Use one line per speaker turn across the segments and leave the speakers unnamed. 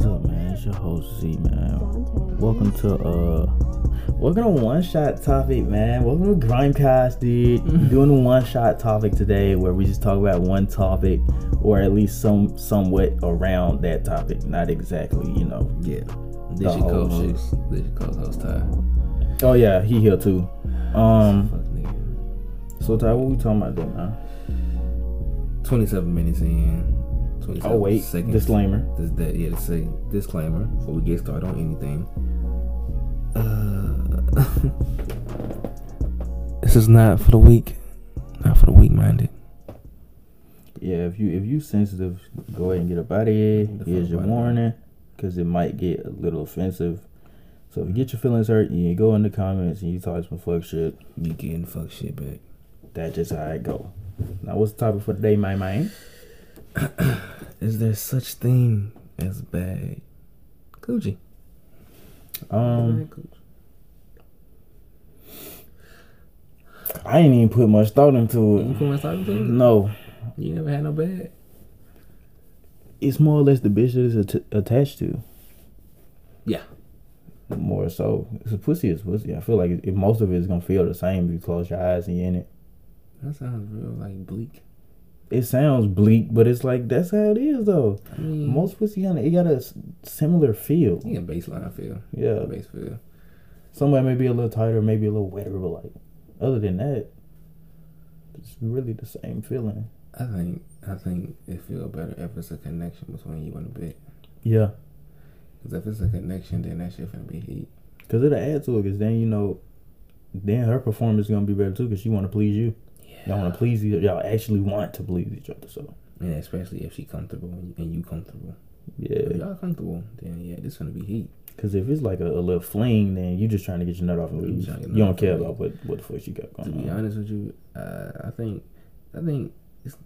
it's your host Z, man.
Dante.
Welcome to uh, welcome to one shot topic, man. Welcome to Grimecast, dude. Doing a one shot topic today, where we just talk about one topic, or at least some somewhat around that topic. Not exactly, you know.
Yeah.
The
This your
whole
co-host. This your co-host Ty.
Oh yeah, he here too. Um,
Fuck nigga.
so Ty, what we talking about then? Huh?
Twenty-seven minutes in. 27
Oh wait,
Seconds.
disclaimer.
This that yeah. To say disclaimer before we get started on anything. Uh, this is not for the weak. Not for the weak-minded.
Yeah, if you if you sensitive, go ahead and get up out of here.
The
Here's
fuck
your
about that?
warning, because it might get a little offensive. So if you get your feelings hurt, you go in the comments and you talk some fuck shit.
You getting fuck shit back.
That's just how it go. Now, what's the topic for today, my man?
Is there such thing as bad coochie?
Um, I ain't even put much thought into
you
it.
from West Africa?
No,
You never had no bad.
it's more or less the bitch that it's at- attached to.
Yeah.
More so, it's a pussy is pussy. I feel like if most of it is gonna feel the same if you close your eyes and you're in it.
That sounds real like bleak.
It sounds bleak, but it's like that's how it is though.
I mean,
Most pussy kind of it got a s- similar feel.
Mm. yeah, baseline feel,
Yeah,
base feel.
somewhere maybe a little tighter, maybe a little wetter, but like other than that, it's really the same feeling.
I think I think it feel better if it's a connection between you and the bitch.
Yeah,
Cause if it's a connection, then that shit finna be heat.
cause it'll add to it. Cause then you know, then her performance is gonna be better too. Cause she want to please you. Y'all want to please each Y'all actually want to please each other. So
And especially if she comfortable and you, and you comfortable. If
yeah,
y'all comfortable, then yeah, this gonna be heat.
cause if it's like a, a little fling, then you just trying to get your nut off and
You
leave.
trying to get
You don't
nut
care
off.
about what what the fuck you got
To be
going on.
honest with you, uh, I think I think it's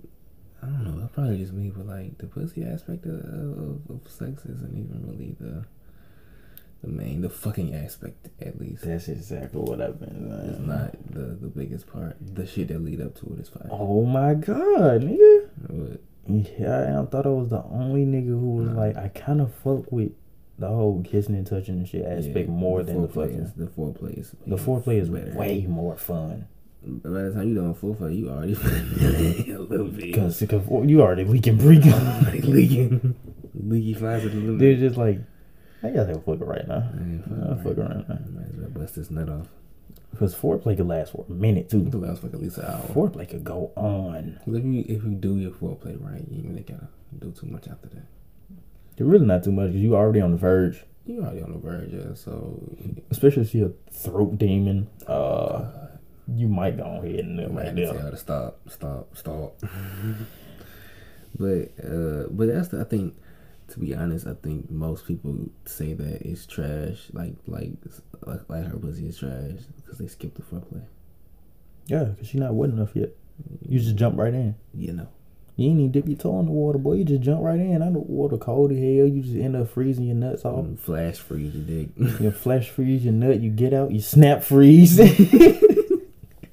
I don't know. It's probably just me, but like the pussy aspect of, of, of sex isn't even really the the main, the fucking aspect at least.
That's exactly what I've been.
It's
saying.
not the the biggest part. The shit that lead up to it is fine.
Oh my god, nigga.
But
Yeah, I thought I was the only nigga who was
Nah.
like, I kind of fuck with the whole kissing and touching and shit aspect
yeah,
more than the
foreplay
fucking.
is- The foreplay is
The foreplay is way more fun
By the time you done foreplay, you already a little bit.
because you already leaking breaking.
Already leaking, leaky flies at the limit.
They're just like, I gotta have a fuck right now.
Man,
Nah, fuck around, man.
Might as well bust this nut off.
Because foreplay could last for a minute too.
It lasts like at least an hour.
Foreplay could go on.
'Cause if you if you do your foreplay right, you ain't really gotta do too much after that.
You're really not too much 'cause you already on the verge,
You already on the verge, yeah, so
especially if you're a throat demon. Uh, you might go ahead and live right
Right tell
there.
her to stop, stop, stop. but uh, but that's the, I think. To be honest, I think most people say that it's trash. Like like like, like her pussy is trash because they skip the foreplay.
Yeah, because she's not wet enough yet. You just jump right in.
You know.
You ain't even dip your toe in the water, boy. You just jump right in. Underwater, cold as hell. You just end up freezing your nuts off.
Mm, Flash freeze your dick.
Your flesh freeze, your nut. You get out, you snap freeze.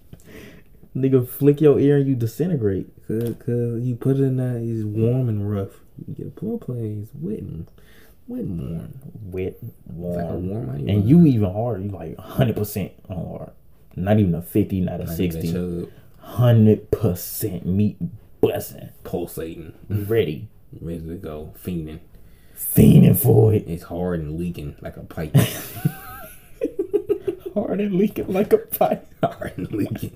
Nigga, flick your ear and you disintegrate.
Cause, Cause you put it in there, it's warm and rough. You get a foreplay, it's wet and wet and warm.
Wet,
It's like a
warm.
warm honey
and
bun.
you even harder. You like 100% on hard. Not even a 50, not a
Like that
60.
chub
100% meat busting.
pulsating,
Ready.
ready to go, fiending.
Fiending for it.
It's hard and leaking like a pipe.
Hard and leaking like a pipe.
hard and leaking.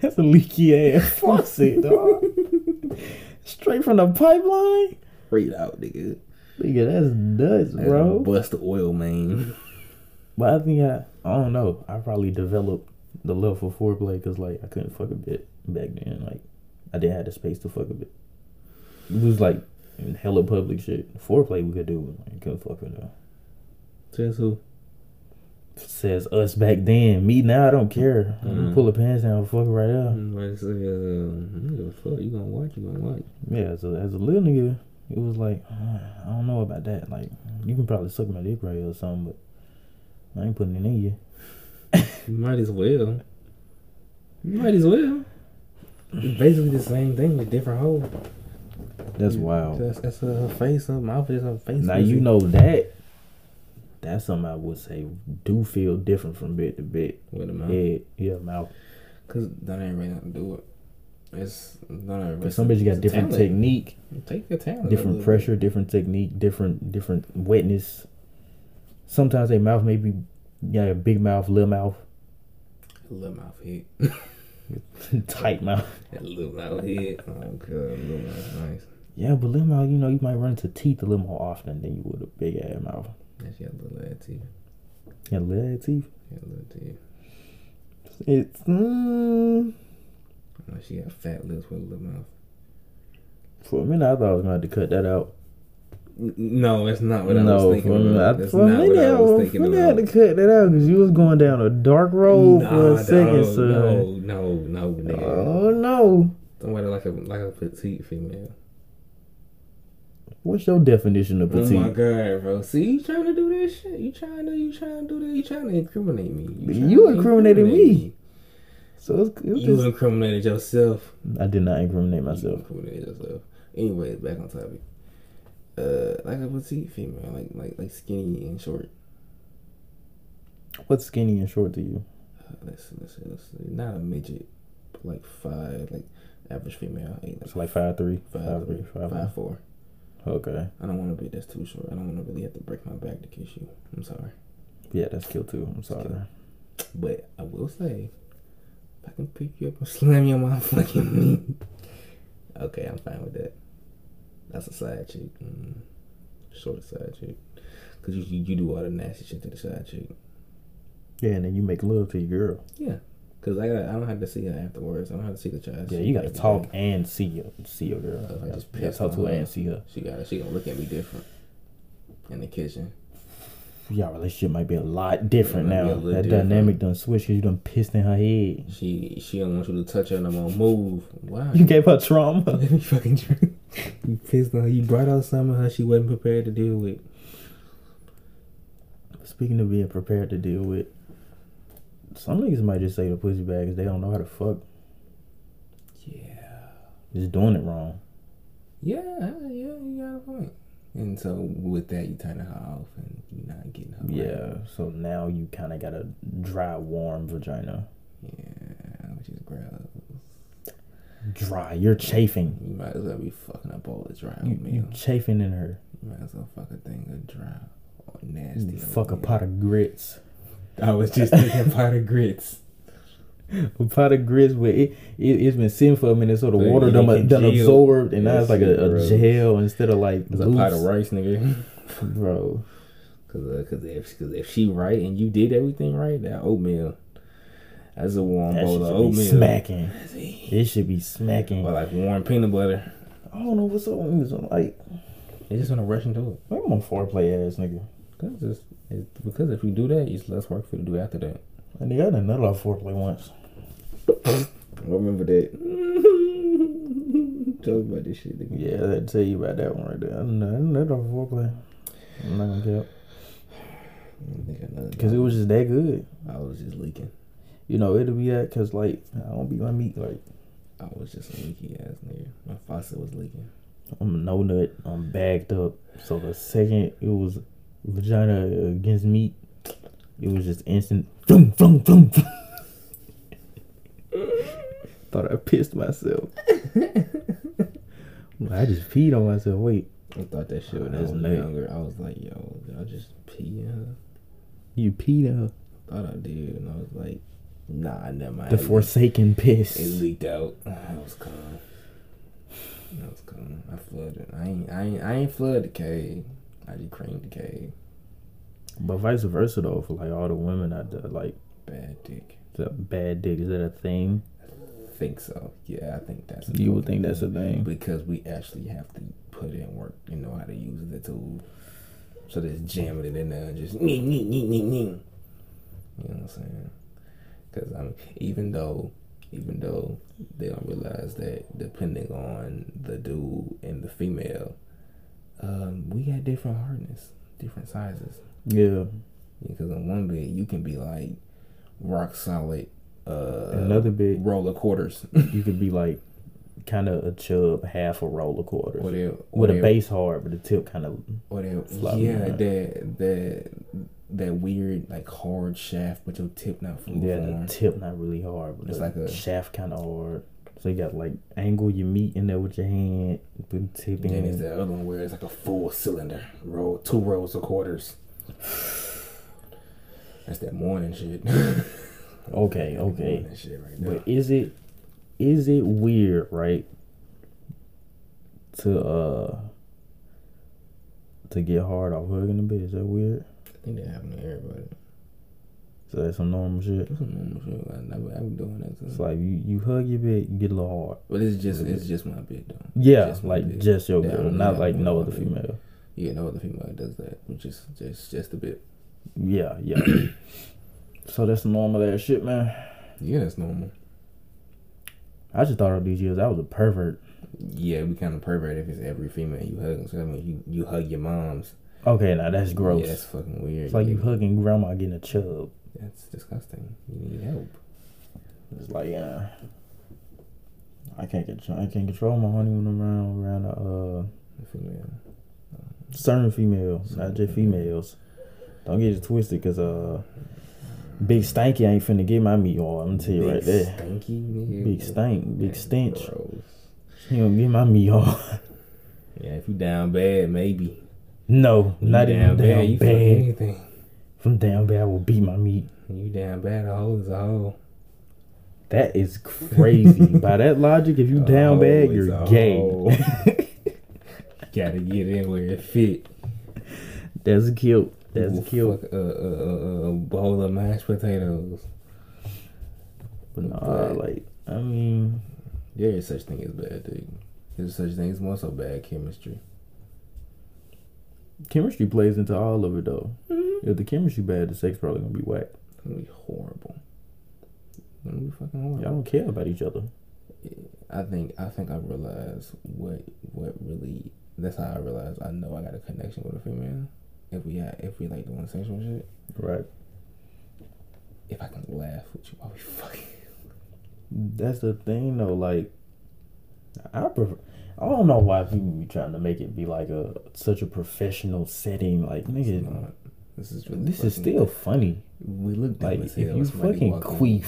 That's a leaky ass faucet, dog. Straight from the pipeline?
Straight out, nigga.
Nigga, that's nuts,
That's
bro.
Bust the oil, man.
But I think I, I don't know. I probably developed the love for foreplay because, like, I couldn't fuck a bit back then. Like, I didn't have the space to fuck a bit. It was like in hella public shit. Foreplay we could do, but like, couldn't fuck it though.
Says who?
Says us back then. Me now, I don't care. I can
Mhm.
Pull the pants down, fuck right up.
Like I said, uh, you give a fuck. You gonna watch? You gonna watch?
Yeah, so as a little nigga, it was like, uh, I don't know about that. Like, you can probably suck my dick right here or something, but I ain't putting it in you.
You might as well. You might as well. It's basically the same thing with different hoes.
That's wild.
That's, that's her face, her mouth is her face.
Now
is
you
it?
know that. That's something I would say do feel different from bit to bit.
with the mouth,
Head, yeah, mouth.
because don't everybody know how to do it. It's don't everybody.
But some bitches
it's
got
a
different
talent.
technique,
Take your talent. a
different
little
pressure, different technique, different different wetness. Sometimes they mouth may be yeah, a big mouth, little mouth,
bit. Little mouth hit.
tight mouth.
That little mouth hit. Oh god, little mouth nice.
Yeah, but little mouth, you know, you might run into teeth a little more often than you would a big ass mouth.
Yeah, she got little ass teeth.
Yeah, little ass teeth.
She got little teeth.
It's mm,
Oh, she got fat lips with a little mouth.
for a minute I thought I was gonna have to cut that out.
N- No, it's not what I
no,
was
for
thinking
a minute,
about.
I,
That's
for a
not what
minute,
I
I
was
was
thinking
finna had
about.
to cut that out because you was going down a dark road for
Nah,
a second,
dog,
son.
No, no, no, nigga.
Oh no!
Somebody like a like a petite female.
What's your definition of petite?
Oh my god, bro. See, you trying to do this shit? You trying to you trying to do that? You trying to incriminate me? trying
You
to
incriminated
incriminate
me. so it's, it's
You
just,
incriminated yourself.
I did not incriminate
You
myself.
incriminated yourself. Anyways, back on topic. Uh, like a petite female, like like like skinny and short.
What's skinny and short to you?
Uh, Let's let's let's not a midget, but like five, like average female, eight, like
It's like five three,
five,
five
three, five,
one.
four.
Okay,
I don't want to be that's too short. I don't want to really have to break my back to kiss you. I'm sorry,
yeah, that's kill too. I'm sorry.
but I will say, if I can pick you up and slam your motherfucking knee, okay, I'm fine with that. That's a side chick, mm, short side chick, cause you, you you do all the nasty shit to the side chick.
Yeah, and then you make love to your girl.
Cause I got I don't have to see her afterwards. I don't have to see the child.
Yeah, you gotta talk and see your see your girl.
I
You
just
gotta- you gotta
pissed
talk to
on
her
her.
and see her.
She got she gonna look at me different in the kitchen.
Y'all relationship might be a lot different
Might be
now.
a little
That
different.
dynamic done switched 'cause you done pissed in her head.
She she don't want you to touch her no more. Move. Why?
You gave her trauma.
Let me fucking drink. You pissed on her. You brought out some of her she wasn't prepared to deal with.
Speaking of being prepared to deal with, some niggas might just say the pussy bag is they don't know how to fuck.
Yeah.
Just doing it wrong.
Yeah, yeah, you got a point. And so with that you turn her off and you're not getting her. right.
Yeah. So now you kind of got a dry, warm vagina.
Yeah, which is gross.
Dry. You're chafing.
You might as well be fucking up all the dry
You,
oatmeal.
you chafing in her.
Might as well fuck a thing of dry or
You
nasty.
fuck a
oatmeal.
pot of grits.
I was just thinking pot of grits.
A pot of grits where it, it it's been sitting for a minute, so the
Like,
water
it
done,
can
done
gel.
absorbed, and now it's
That
like a, a
shit
gel instead of like
It's a pot of
loose.
rice, nigga.
bro.
Cause, uh, cause if, cause if she right and you did everything right, that oatmeal, that's a warm
That
bowl
shit
of
should be
oatmeal.
smacking. It should be smacking.
Or like warm peanut butter.
I don't know what's up with me. so, Like
They just wanna rush into it.
I'm on foreplay ass nigga.
Cause it's, it's because if you do that, it's less work for you to do after that.
And they got another off foreplay once.
Remember that. Talk about this shit. Nigga.
Yeah, I tell you about that one right there. Another off foreplay. I'm not gonna cap because it was just that good.
I was just leaking.
You know, it'll be that because like I don't be my meat like
I was just a leaky ass nigga. My faucet was leaking.
I'm a no nut. I'm bagged up. So the second it was vagina against meat, it was just instant. Vroom, vroom, vroom, vroom. Thought I pissed myself. I just peed on myself. Wait,
I thought that shit when I
That's
was
lit.
younger. I was like, yo, did I just pee in her?
you peed on her.
thought I did, and I was like, nah, never mind.
the
It
forsaken
leaked-
piss.
It leaked out. I was calm. I was calm. I flooded. I ain't. I ain't. I ain't flooded the cave. I just creamed the cave.
But vice versa though, for like all the women out there, like
Bad dick.
the bad dick is that a thing?
Think so? Yeah, I think that's.
You would think that's a
fucking-
thing.
because we actually have to put in work and know how to use the tool. So just jamming it in there and just nee, nee, nee, nee, nee. You know what I'm saying? Because I mean, even though, even though they don't realize that depending on the dude and the female, um, we got different hardness, different sizes.
Yeah.
Because in one bit you can be like rock solid. Uh,
Another bit
roll of quarters.
you could be like kind of a chub, half a roll of quarters.
Or they
with
or
a
they-
base hard, but the tip kind of
or that
Floppy,
yeah
right.
that that that weird like hard shaft, but your tip not full
yeah, the
form.
tip not really hard, but
It's
the
like a-
shaft kind of hard. So you got like angle your meat in there with your hand, put the tip
Then
in.
there's the other one where it's like a full cylinder, roll two rolls of quarters. That's that morning shit.
Okay,
That
okay.
morning shit right there.
But is it is it weird, right? To uh to get hard off hugging a bitch, is that weird?
I think that happened to everybody.
So that's some normal shit.
That's a normal shit. I, I, I be doing that. Too.
It's like you, you hug your bitch, you get a little hard.
But it's just it's just my bit though.
Yeah,
Just my
like
bitch.
just your
Yeah, I
girl,
don't
not
have
like no
one
other
other.
female.
You get no other female that does that, which is just just a bit.
Yeah, yeah. so that's normal that shit, man.
Yeah, that's normal.
I just thought of these years I was a pervert.
Yeah, we kind of pervert if it's every female you hug. So I mean, you, you hug your moms.
Okay, now that's gross.
Yeah, that's fucking weird.
it's like you
Yeah,
hugging grandma getting a chub.
That's disgusting. You need help.
It's like yeah. I can't control. I can't control my honey when I'm around around a uh,
A female.
certain females, not just
Certain
females. Don't get it twisted, cause uh, big stanky ain't finna get my meat hard. I'm gonna tell you
Big
right there.
Stinky nigga.
Big stank, big
That's
stench.
gross.
He don't get my meat hard.
Yeah, if you down bad, maybe.
No,
You
not even down
you
bad.
fuck anything.
From down bad, I will beat my meat.
You down bad, a hoe is a hoe.
That is crazy. By that logic, if you
A
down
hoe
bad,
is
you're
a
gay.
hoe. Gotta get in where it fit.
That's cute. That's
We'll
cute.
Fuck uh, a, a, a, a bowl of mashed potatoes.
But nah,
But-
like I mean,
There is such thing as bad dick. There's such thing as more so bad chemistry.
chemistry plays into all of it though.
Mm-hmm.
If the chemistry bad, the sex probably gonna be whack.
It's gonna be horrible. It's gonna be fucking horrible.
Y'all don't care about each other.
I think I think I realize what what really that's how I realize I know I got a connection with a female. If we had if we like doing sexual shit,
Right.
if I can laugh with you while we fucking
That's the thing though. Like, I prefer. I don't know why people be trying to make it be like a such a professional setting. Like,
It's
nigga,
not. This is really
this is
fucking-
still funny.
we look dumb
Like,
as
if
hell
you
when somebody
fucking
walk in.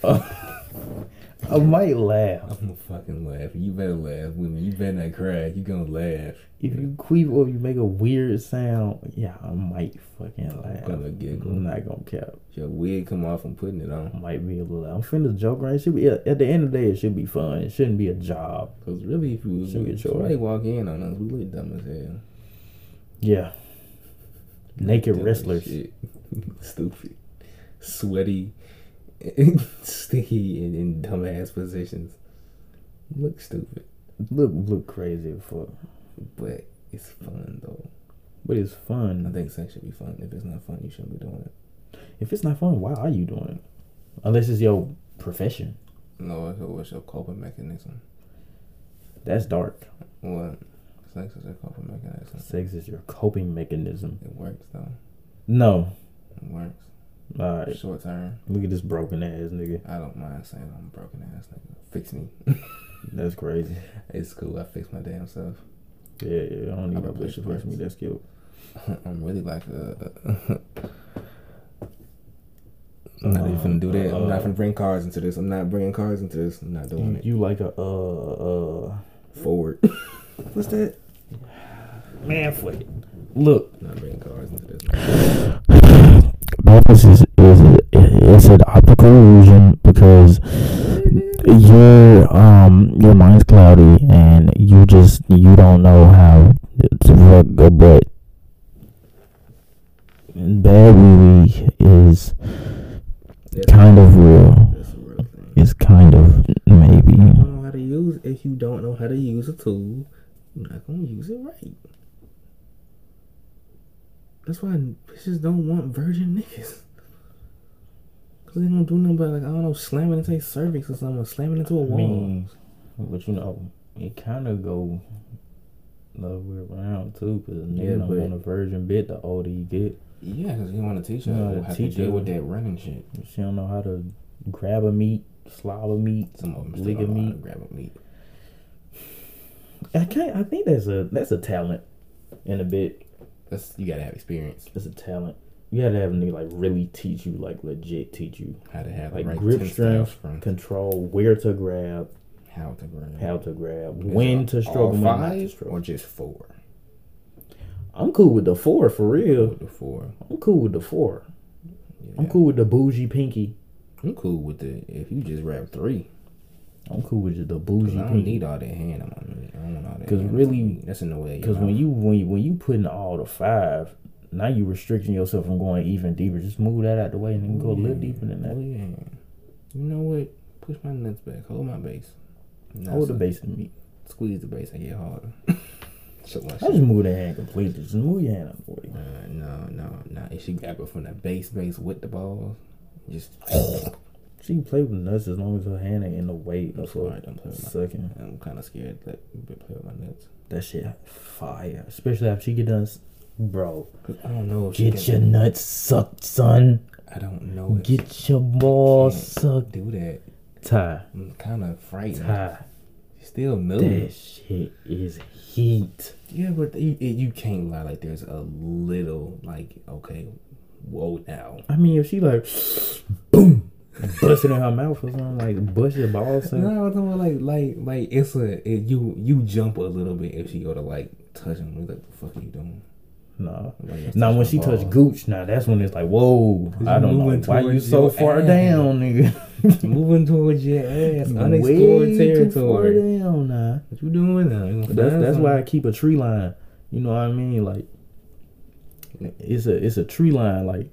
queef, I might laugh.
I'm gonna fucking laugh. You better laugh with me. You better not cry. You gonna laugh.
If you queef or you make a weird sound, yeah, I might fucking
I'm
laugh.
gonna giggle.
I'm not gonna cap.
Your wig come off and putting it on.
Might be a little. I'm finna joke around. It should be yeah, at the end of the day, it should be fun. It shouldn't be a job.
Cause really, if you
Should get
if
your-
somebody walk in on us, we look dumb as hell.
Yeah. Naked
Dumb as
wrestlers.
shit. Stupid, sweaty, sticky, and in dumbass positions. Look stupid,
Look, look crazy as fuck.
but it's fun though.
But it's fun.
I think sex should be fun. If it's not fun, you shouldn't be doing it.
if it's not fun, why are you doing it? Unless it's your profession.
No, so what's your coping mechanism?
That's dark.
What? Sex is a coping mechanism.
Sex is your coping mechanism.
It works though.
No.
It works.
All right.
Short term.
Look at this broken ass nigga.
I don't mind saying I'm a broken ass nigga. Fix me.
That's crazy.
It's cool. I fix my damn self.
Yeah, yeah. I don't need
I'm
no
a
push to
black
push me.
person.
That's cute.
I'm really like a. I'm not even finna do that. I'm not
Uh,
finna bring cars into this. I'm not bringing cars into this. I'm not doing
You,
it.
you like a uh uh
Forward. What's that?
man foot. Look.
I'm not bringing cars into this.
This is, is it's an optical illusion because your um your mind's cloudy and you just you don't know how to work a butt. And bad wee is
That's
kind of real.
That's a real thing.
It's kind of
You
maybe.
don't know how to use. If you don't know how to use a tool, you're not gonna use it right. That's why bitches don't want virgin niggas. Cause they don't do nothing but like I don't know, slamming into their cervix or something, or slamming into a wall.
mean, But you know, it kind of go the other way around too, because a
Yeah,
nigga don't
but-
want a virgin bit the older you get.
Yeah, because you want to teach
You
her
wanna
how
teach
to deal
her.
with that running shit.
She don't know how to grab a meat, slob a meat.
Some of them
Lick
still don't
a
know how to
meat.
grab a meat.
I can't. I think that's a that's a talent, in a bit.
That's you gotta have experience.
It's a talent. You had to have a nigga like really teach you, like legit teach you,
How to have
like
the right
grip
textiles
strength,
from
control, where to grab,
how to grab.
how to grab,
Is
when
it
to stroke,
all
and when not to
five or
stroke.
just four.
I'm cool with the four for real.
The four.
I'm cool with the four.
Yeah.
I'm cool with the bougie pinky.
I'm cool with the if you just wrap three.
I'm cool with just the
'Cause
bougie
I don't
pinky.
need all that hand on my meat. I don't want all that.
'Cause
hand on
really-
my meat. that's in the way.
Because when you when you, when you put in all the five, now you restricting yourself from going even deeper. Just move that out the way and then go a little deeper than that.
yeah. You know what? Push my nuts back. Hold my base. Now
Hold the
so-
base of meat.
Squeeze the base. I get harder. so like,
I just move that hand completely. Just move your hand out the way.
uh, no, no, no. If she grab it from the base, base with the balls, just.
She can play with nuts as long as her hand ain't in the way
I'm
of her
sorry, don't play with my.
sucking.
I'm kind of scared that they play with my nuts.
That shit fire. Especially after she get done. s- Bro,
'Cause I don't know if she
get your
can-
nuts sucked, son.
I don't know if she
Get your balls
can
sucked.
do that.
Ty,
I'm kind of frightened.
Ty,
Still new.
that shit is heat.
Yeah, but you, it- you can't lie. Like there's a little like okay, whoa now.
I mean, if she like, boom, bust it in her mouth or something, like bust your balls. in.
No, no, like like like it's a it, you you jump a little bit if she go to like touch him. You're Like the fuck are you doing?
No.
Like, that's
Now
touching
when
my
she
balls.
touch Gooch, now that's when it's like, whoa, I
you
don't know
moving
why you
towards
so
your
far
ass.
down, nigga.
moving towards your ass,
Way
unexplored
too
territory.
far down, nah.
What you doing now? You gonna
That's
find
that's
something?
why I keep a tree line. You know what I mean? Like, it's a it's a tree line. Like,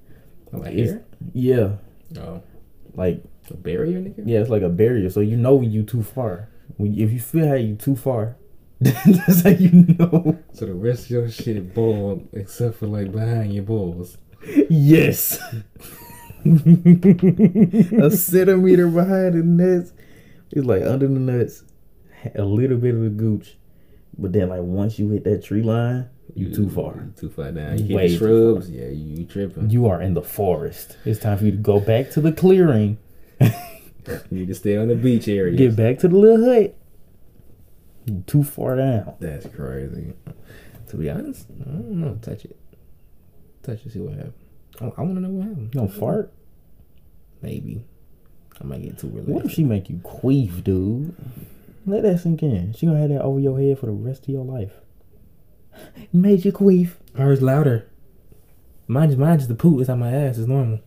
Like
it's-
here?
yeah,
Oh,
like
a barrier, nigga.
yeah, it's like a barrier. So you know when you too far. When if you feel how you too far, that's how you know.
So the rest of your shit bald except for like behind your balls.
Yes. a centimeter behind the nuts. It's like under the nuts, a little bit of the gooch. But then, like, once you hit that tree line, you too far.
Too far down. You
Way
hit the
too
shrubs. Yeah, you, you tripping.
You are in the forest. It's time for you to go back to the clearing,
You need to stay on the beach area.
get back to the little hut. You too far down.
That's crazy. To be honest, I don't know. Touch it. Touch it. See what happens. I, want to know what happens.
You don't fart?
Maybe. I might get too relaxed.
What if she make you queef, dude? Let that sink in. She gonna have that over your head for the rest of your life. Made you queef.
Hers louder. Mine's mine's the poop is on my ass. It's normal.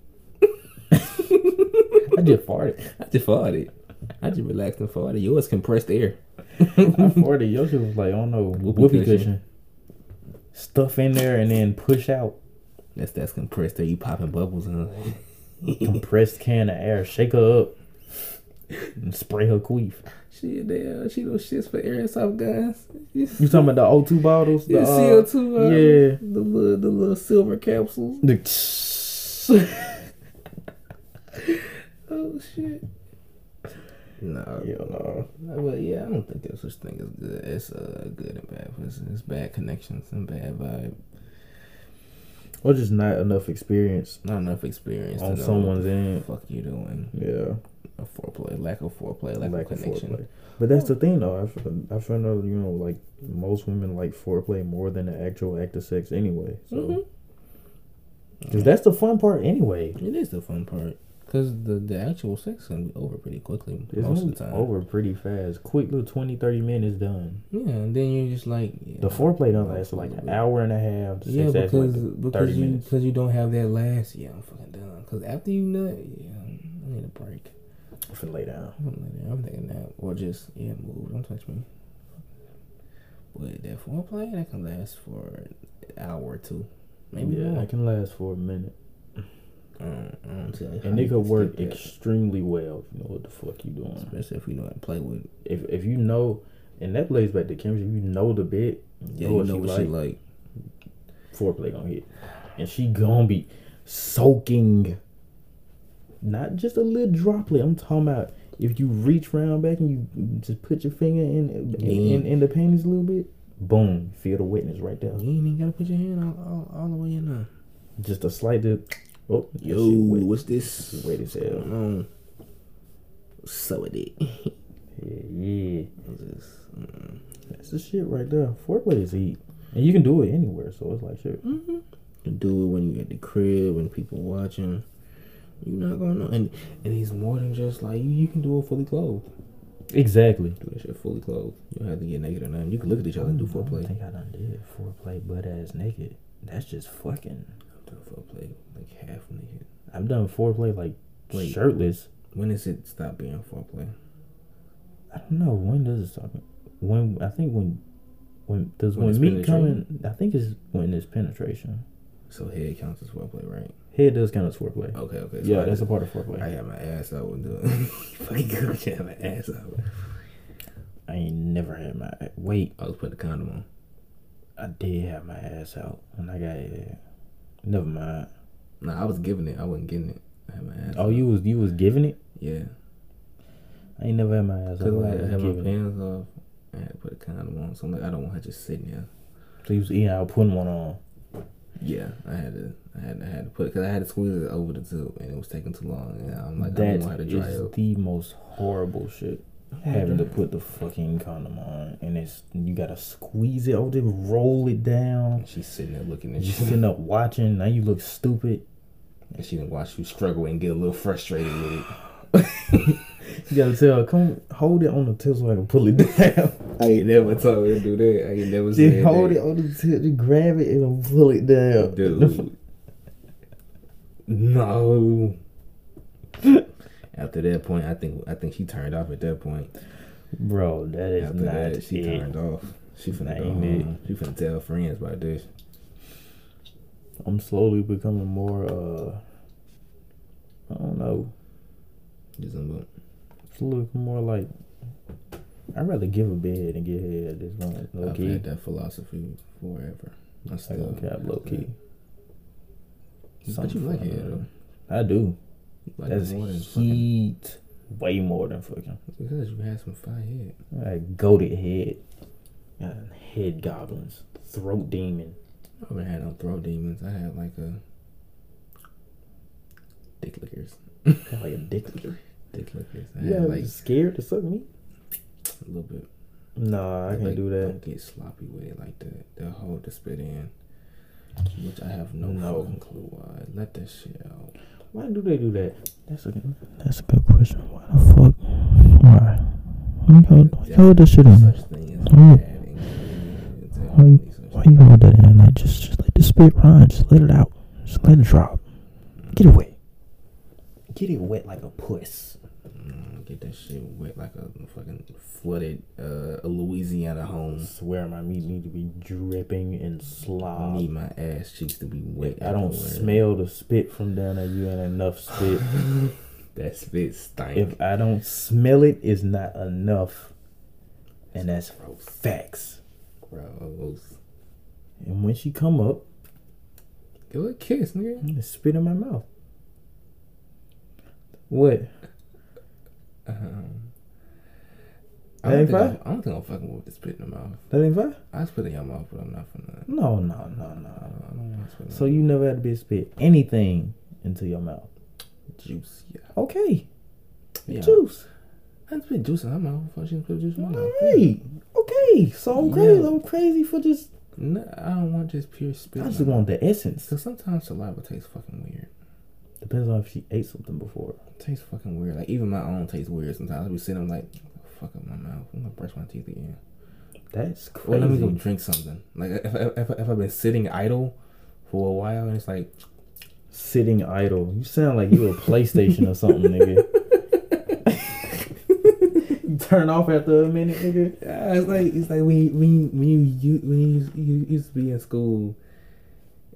I just farted.
I just farted. I just relaxed and farted. Yours compressed air.
I farted. Your shit was like, I don't know, whoopee,
Whoopee
cushion.
cushion.
Stuff in there and then push out.
That's that's compressed air. You popping bubbles and
Compressed can of air. Shake her up. And spray her queef.
she damn. She those shits for airsoft guns.
You talking about the O2 bottles? The,
Yeah,
uh,
CO two.
yeah.
The little the little silver capsules.
The
Oh shit. No.
Yeah, no.
Well, yeah, I don't think there's such thing as good. It's uh, good and bad. It's, it's bad connections and bad vibe.
or just not enough experience
Not enough experience
on
to know what
someone's
the
end.
fuck you doing.
Yeah.
A foreplay, lack of foreplay, lack,
Lack
of
of
connection.
foreplay. But that's the thing though. I feel, I feel know, you know, like most women like foreplay more than the actual act of sex anyway. So
Mhm. Mm-hmm.
'Cause that's the fun part anyway.
It is the fun part because the the actual sex is gonna be over pretty quickly
It's
most of
gonna
the time.
be over pretty fast. Quick little 20, 30 minutes done.
Yeah, and then you're just like
The foreplay done lasts for like an hour and a half. to
Yeah,
six hours,
because
like
because
30
you
minutes.
because you don't have that last. Yeah, I'm fucking done. Because after you nut, yeah, I need a break.
I'm finna lay down.
I'm gonna lay down. I'm taking a nap or just yeah, move. Don't touch me. But that foreplay that can last for an hour or two, maybe
yeah,
more.
it can last for a minute,
Um, I don't see how
and it
you
could
can
work
skip that,
extremely well. If you know what the fuck you doing.
especially if you know how to play with.
If if you know, and that plays back to chemistry. You know the bit.
Yeah,
know
you
what
know
she
what
like.
she like.
Foreplay gonna hit, and she gonna be soaking. Not just a little droplet. I'm talking about if you reach round back and you just put your finger in in, in, in the panties a little bit. Boom! Feel the wetness right there.
You ain't even gotta put your hand all, all, all the way in there.
Just a slight dip. Oh, that
Yo,
shit wet.
what's this?
Wet as hell.
Um, so it is.
Yeah, yeah.
Just, mm,
That That's the shit right there. Foreplay is heat, and you can do it anywhere. So it's like shit.
Mm-hmm. You do it when you at the crib, when people watching. You're not gonna know, and and he's more than just like you. You can do it fully clothed.
Exactly.
Do that shit fully clothed. You don't have to get naked or nothing. You can look at each other and do
I don't
foreplay.
think I done did foreplay butt ass naked. That's just fucking.
Do foreplay like half naked.
I've done foreplay like
Wait.
shirtless.
When does it stop being foreplay?
I don't know when does it stop. When I think when when does
When
when,
it's
meat coming. I think it's when it's penetration.
So head counts as foreplay, right?
Head does count as foreplay.
Okay, okay. So
yeah,
I
that's
just-
a part of foreplay.
Oh, I had my ass out when doing. Fucking good, I had my ass out.
I ain't never had my wait.
I was putting the condom on.
I did have my ass out when I got here. Never mind.
No, I was giving it. I wasn't getting it. I had my ass.
Oh,
out.
you was you was giving it.
Yeah.
I ain't never had my ass out.
Cause
when I
like, I
was
had my
giving it.
pants off. I had to put a condom on. So I'm like, I don't want her just sitting there.
So you was eating out, putting one on.
Yeah, I had to. I had. I had to put because I had to squeeze it over the tube, and it was taking too long. And I'm like, I
that
don't know how to dry
is
up.
the most horrible shit. Having to put the fucking condom on, and it's you gotta squeeze it over, there, roll it down.
She's sitting there looking at
You
you,
sitting up watching. Now you look stupid.
and she didn't watch you struggle and get a little frustrated with it.
You gotta tell, her, come hold it on the tip so I can pull it down.
I ain't never told her to do that. I ain't never
Just
said
hold
that.
it on the tip, just grab it and pull it down.
Dude. no. After that point, I think I think she turned off at that point.
Bro, that is
After
not
that, she
it.
turned off. She finna
That
go
ain't it.
home. She finna tell friends about this.
I'm slowly becoming more uh I don't know.
Just in what-
It's a little more like I'd rather give a bed and get head at this moment. Low
I've
key.
had that philosophy forever. I
I
still
don't cap low key.
But you
Something
like
fun,
it though.
man. I do.
You Like
That's
it more than fucking,
heat. Way more than fucking.
because you had some fire head.
Like goated head. Got head goblins. Throat demon.
I haven't had no throat demons. I had like a dick lickers.
Got like a dick licker.
Dick lickers. I
Yeah,
had like
like scared to suck me?
a little bit.
Nah, I can't
like,
do that.
Don't get sloppy with it like the the whole the spit in, which I have no,
No.
fucking clue why. Let that shit out.
Why do they do that? That's a good, that's a good question. Why the fuck? Why? Why you hold, why you hold this shit
There's
in?
Such thing as
Mm.
bad and good. There's
Why-
definitely such
Why you hold that in? Like just, just let the spit run. Just let it out. Just let it drop. Get it wet. Get it wet like a puss.
Mm, Get that shit wet like a fucking flooded uh, a Louisiana
I
home.
swear my meat need to be dripping and
I need
slob.
my ass cheeks to be wet.
Uh, I don't
everywhere.
smell the spit from down there. You ain't enough spit.
That spit stank.
if I don't smell it, it's not enough. And that's facts.
Gross.
And when she come up,
Give her a kiss, nigga.
It spit in my mouth. What?
Um,
That
I don't,
ain't
think
fine?
I'm, I don't think I'm fucking with the spit in my mouth.
That ain't fine?
I spit in your mouth, but I'm not finna. Oh,
No, no, no,
I
no.
don't, I don't want to spit. in
Mm. So
my
you never had to be spit anything into your mouth.
mouth. juice, yeah.
Okay.
yeah.
Juice.
I didn't spit juice in her mouth. Fuck, she didn't spit juice in my mouth.
Alright. Okay. So I'm crazy.
Yeah.
I'm crazy for just
No, I don't want just pure spit.
I
in
just
my
want the essence.
Cause sometimes saliva tastes fucking weird.
Depends on if she ate something before.
It tastes fucking weird. Like even my own tastes weird sometimes. I be sitting there like, fuck up my mouth. I'm gonna brush my teeth again.
That's
Or
crazy.
let me go drink something. Like if if, if, if I've been sitting idle for a while and it's like,
Sitting idle. You sound like you a PlayStation or something, nigga. You Turn off after a minute, nigga.
yeah, it's like it's like when you, when you, when you you- when you, you used to be in school,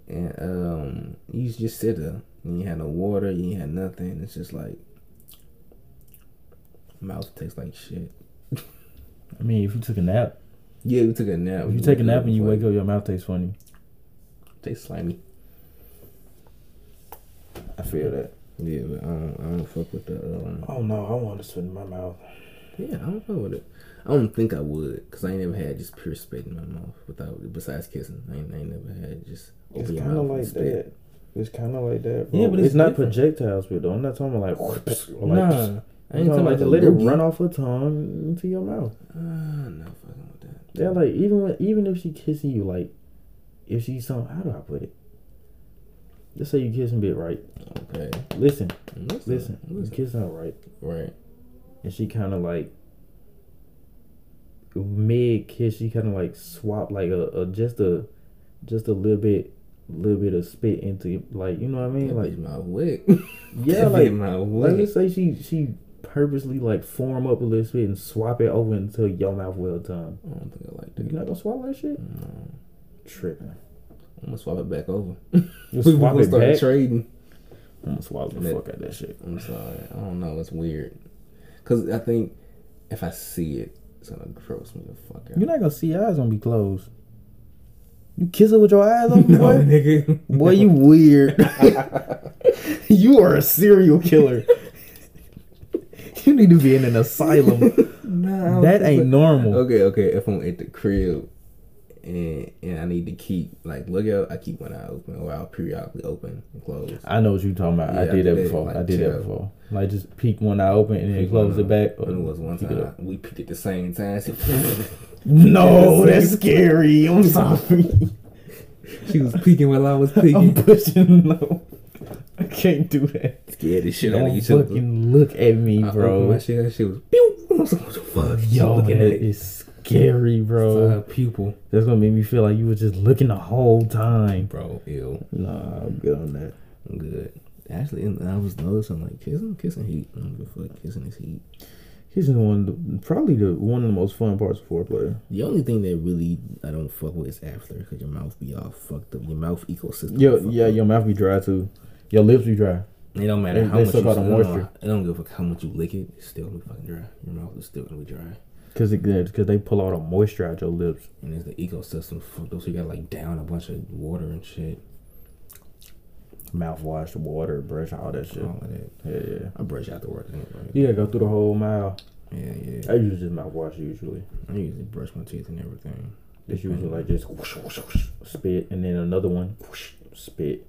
and um you used to just sit there and you had no water, you had nothing. It's just like mouth tastes like shit.
I mean, if you took a nap,
Yeah, we took a nap.
if you take a nap and you wake up, your mouth tastes funny.
tastes slimy.
I feel that.
Yeah, but I don't, I don't fuck with the. Um,
Oh no, I want to spit in my mouth.
yeah, I don't fuck with it. I don't think I would, cause I ain't never had just pure spit in my mouth without, besides kissing. I ain't, I ain't never had just
It's
open your
kind of
mouth and
like
spit.
that. It's kind of like that.
Yeah,
bro.
but it's
not
different.
projectile spit though. I'm not talking about like. or like
Nah,
I'm
I ain't
talking
talking
like
about
to
the
let it run
off.
off her tongue into your mouth.
Uh, not fucking with that.
Yeah, like even when, even if she kissing you, like if she some how do I put it? Let's say you kissing bit right.
Okay.
Listen,
Listen.
listen, you
listen.
kissing her right,
Right.
and she kind of like mid kiss, she kind of like swap like a, a just a just a little bit little bit of spit into like you know what I mean
That
like
bitch my wick.
yeah
That bitch
like
my
Like
wick.
let's say she she purposely like form up a little bit and swap it over until your mouth well done.
I don't think I like
You
that.
not gonna swallow that shit?
No.
Tripping.
I'm gonna swap it back over.
You
We
swap
gonna
it
start
back.
trading.
I'm gonna swallow the
Man.
fuck out of that shit.
I'm sorry. I don't know. It's weird. Cause I think if I see it, it's gonna gross me the fuck out.
You're not gonna see your eyes gonna be closed. You kiss her with your eyes open,
no,
boy.
nigga.
Boy, you weird. you are a serial killer. you need to be in an asylum.
Nah, I don't
that
think
ain't normal.
Okay, okay. If I'm at the crib and and I need to keep like look out, I keep one eye open or I'll periodically open and close.
I know what you're talking about. I
Yeah,
did that
they,
before. I
like,
did that
chill.
before. Like just peek one eye open and then
Peek
close
one
it back.
And it was one
Peek it up.
time we peeked at the same time. She,
No,
Yeah,
that's scary. I'm sorry.
she was peeking while I was
I'm
peeking.
pushing no. I can't do that.
Scared the shit out of
Don't
each other.
fucking look at me,
I opened my
bro.
shit. That shit was pew. I was like, what the fuck? She
Yo,
looking
that
at it.
is scary, bro.
Side pupil,
That's gonna make me feel like you was just looking the whole time.
bro. Ew.
Nah, I'm good on that.
I'm good. Actually, and I was noticing like kissing, kissing heat. I don't give a fuck. Kissing is heat.
He's the one, probably the one of the most fun parts of foreplay.
The only thing that really I don't fuck with is after, because your mouth be all fucked up. Your mouth ecosystem.
Yo,
fucked
yeah,
up.
your mouth be dry too. Your lips be dry.
It don't matter
they-
how
they
much
suck
you
out the
I don't know,
moisture.
I don't give a fuck how much you lick it. It's still gonna be fucking dry. Your mouth is still gonna be dry,
Cause it, cause they pull all the moisture out your lips.
and it's the ecosystem fucked up. So you got like down a bunch of water and shit,
Mouthwash, water, brush, all that shit.
all of that.
Yeah, yeah.
I brush afterwards anyway.
You gotta go through the whole mile.
yeah, yeah.
I use just mouthwash usually.
I usually brush my teeth and everything.
It's usually like just whoosh, whoosh, whoosh, spit and then another one whoosh, spit.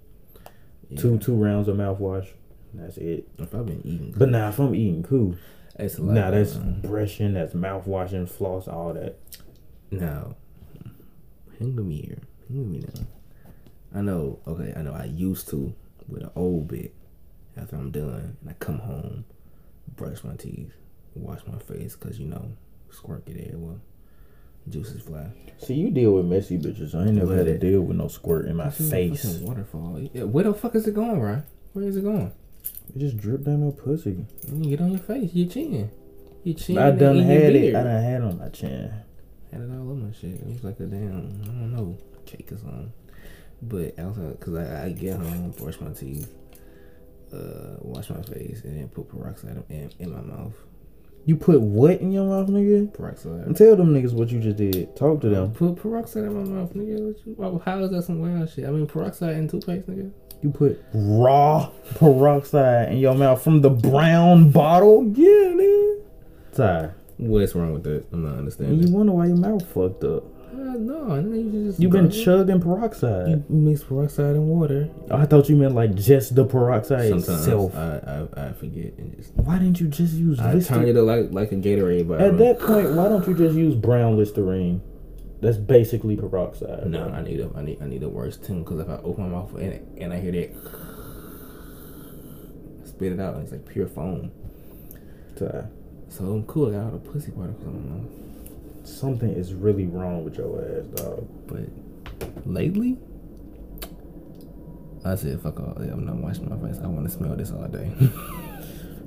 Yeah.
Two two rounds of mouthwash. That's it.
If I've been eating,
But now if I'm eating cool,
it's a lot.
now that's
man.
brushing, that's mouthwashing, floss, all that.
Now, hang with me here. Hang with me now. I know, okay, I know I used to with an old bit after I'm done and I come home, brush my teeth, wash my face because, you know, squirt it there. Well, juices fly.
See, you deal with messy bitches. I ain't never had to deal with no squirt in my
It's a
face.
fucking Waterfall. Yeah, Where the fuck is it going, Ryan? Where is it going?
It just drip down your pussy.
You get on your face, your chin. Your chin.
I done
and
had
your
it.
beard.
I done had it on my chin.
had it all over my shit. It was like a damn, I don't know, cake or something. But outside, cause I, I get home, brush my teeth, uh, wash my face, and then put peroxide in, in my mouth.
You put what in your mouth, nigga? And
Peroxide.
tell them niggas what you just did. Talk to them.
Put peroxide in my mouth, nigga. What you, why- how is that some wild shit? I mean, peroxide in toothpaste, nigga.
You put raw peroxide in your mouth from the brown bottle?
Yeah, nigga.
Ty,
What's wrong with that? I'm not
and you
understanding.
wonder why your mouth fucked up.
Uh, no, nigga, you just
you been
gurgle.
chugging peroxide.
You mix peroxide and water.
I thought you meant like just the peroxide
Sometimes
itself.
I, I I forget and just
Why didn't you just use
I turn
Listerine?
it up like like a Gatorade, but I
At
don't-
that point, why don't you just use brown Listerine? That's basically peroxide.
No, I need a I need I need a worse tune because if I open my mouth and and I hear that, I spit it out and it's like pure foam.
Ty,
So I'm cool. I got all the pussy water coming my mouth.
something is really wrong with your ass, dog.
But lately, I said fuck all. I'm not washing my face. I want to smell this all day.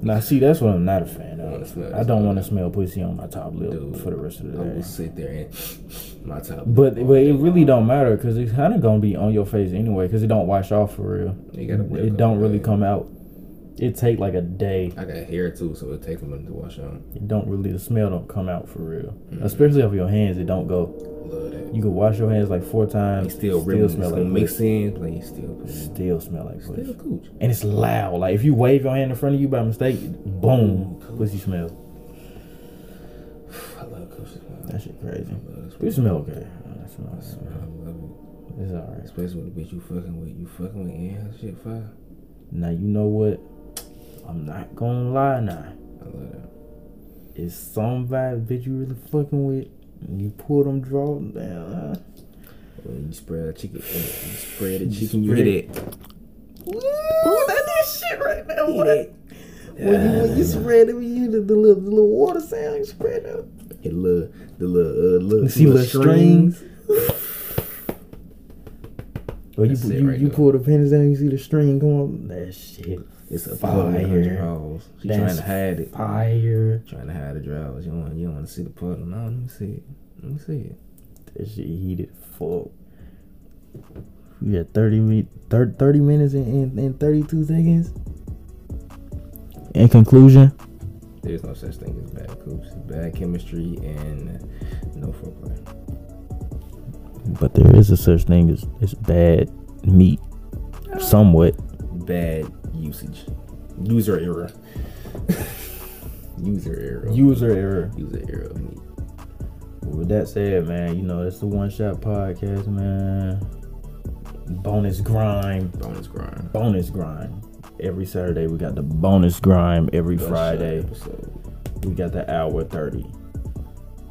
Now, see, that's what I'm not a fan
I
of.
wanna smell
I
this
don't
all
want to smell pussy on my top lip
Dude,
for the rest of
I
the day.
will sit there and my top.
But but it really don't matter because it's kind of gonna be on your face anyway because it don't wash off for real.
You gotta wait a
it don't
couple
really
days.
come out. It take like a day.
I got hair too, so it takes a minute to wash out.
It don't really the smell don't come out for real.
Mm.
Especially off your hands, it don't go.
Love that.
You can wash your hands like four
You
times.
still,
smell
still smell
like
make
pussy.
sense, but you still pussy.
Still smell like
Still
pussy.
cooch.
And it's loud. Like if you wave your hand in front of you by mistake, boom, pussy smells.
I love coochie. man.
That shit
I
crazy.
love this
You smell okay. That
I
smells.
swear, I love it.
It's alright.
Especially with the bitch you fucking with. You fucking with and her shit fire.
Now you know what? I'm not gonna lie now.
I love that.
It's some vibe bitch you really fucking with. You pull them draw down.
Well, you spread a chicken, you spread a
You
chicken, you
spread
hit it.
Ooh, that is shit right now.
Hit
What?
it.
When you, when you spread it, you the, the little the little water sound you spread up.
Hit the little, the little, uh, little,
You see little strings. Well, you
That's it
you,
right
you
there.
pull the pins down, you see the string come on. That shit
It's a part of her
Fire.
drawers. She
That's
trying to hide it.
fire.
Trying to hide the drawers. You don't want, you don't want to see the puddle. No, let me see it. Let me see it.
That shit heated fuck. You got 30, mi- thir- 30 minutes and, and, and 32 seconds. In conclusion,
There's no such thing as bad coops. Bad chemistry and no foreplay.
but there is a such thing as, as bad meat. Somewhat.
Bad usage. User error. User error.
User error.
User error of meat.
With that said, man, you know, that's the one shot podcast, man. Bonus grind.
Bonus grind.
bonus grind. Every Saturday we got the bonus grind. Every Friday
Episode.
we got the hour thirty.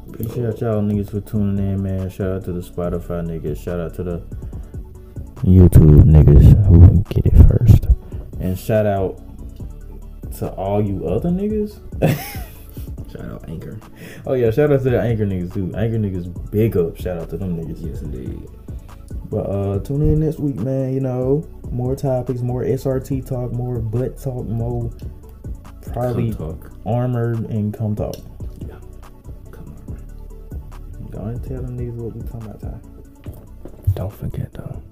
Appreciate
Yo.
y'all niggas for tuning in, man. Shout out to the Spotify niggas. Shout out to the YouTube niggas who get it first. And shout out to all you other niggas.
Shout out Anchor.
Oh yeah, shout out to the anchor niggas too. Anchor niggas, big up. Shout out to them niggas.
Yes, indeed.
But uh tune in next week, man. You know, more topics, more SRT talk, more butt talk, more probably
Come talk.
armored and come talk.
Yeah. Come on.
Go ahead and tell them niggas what we talking about, Ty.
Don't forget though.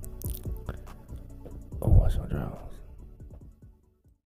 Go wash your drawers.